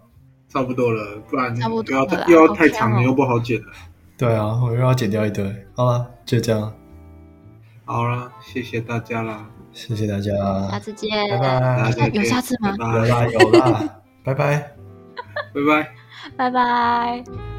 Speaker 3: 差不多了，不然
Speaker 1: 差不多
Speaker 3: 又要
Speaker 1: 了啦
Speaker 3: 又要
Speaker 1: 好
Speaker 3: 太
Speaker 1: 香
Speaker 3: 长了，
Speaker 1: 哦
Speaker 3: 又不好剪了。
Speaker 2: 对啊，我又要剪掉一堆。好了，就这样，
Speaker 3: 好啦，谢谢大家啦，
Speaker 2: 谢谢大家，
Speaker 1: 下次见，
Speaker 2: 拜
Speaker 3: 大
Speaker 2: 拜。
Speaker 3: 家
Speaker 1: 有
Speaker 3: 可以
Speaker 1: 下次吗
Speaker 3: 拜
Speaker 2: 有
Speaker 3: 拜，
Speaker 2: 啦有啦，拜拜。
Speaker 3: 拜拜。
Speaker 1: 拜拜。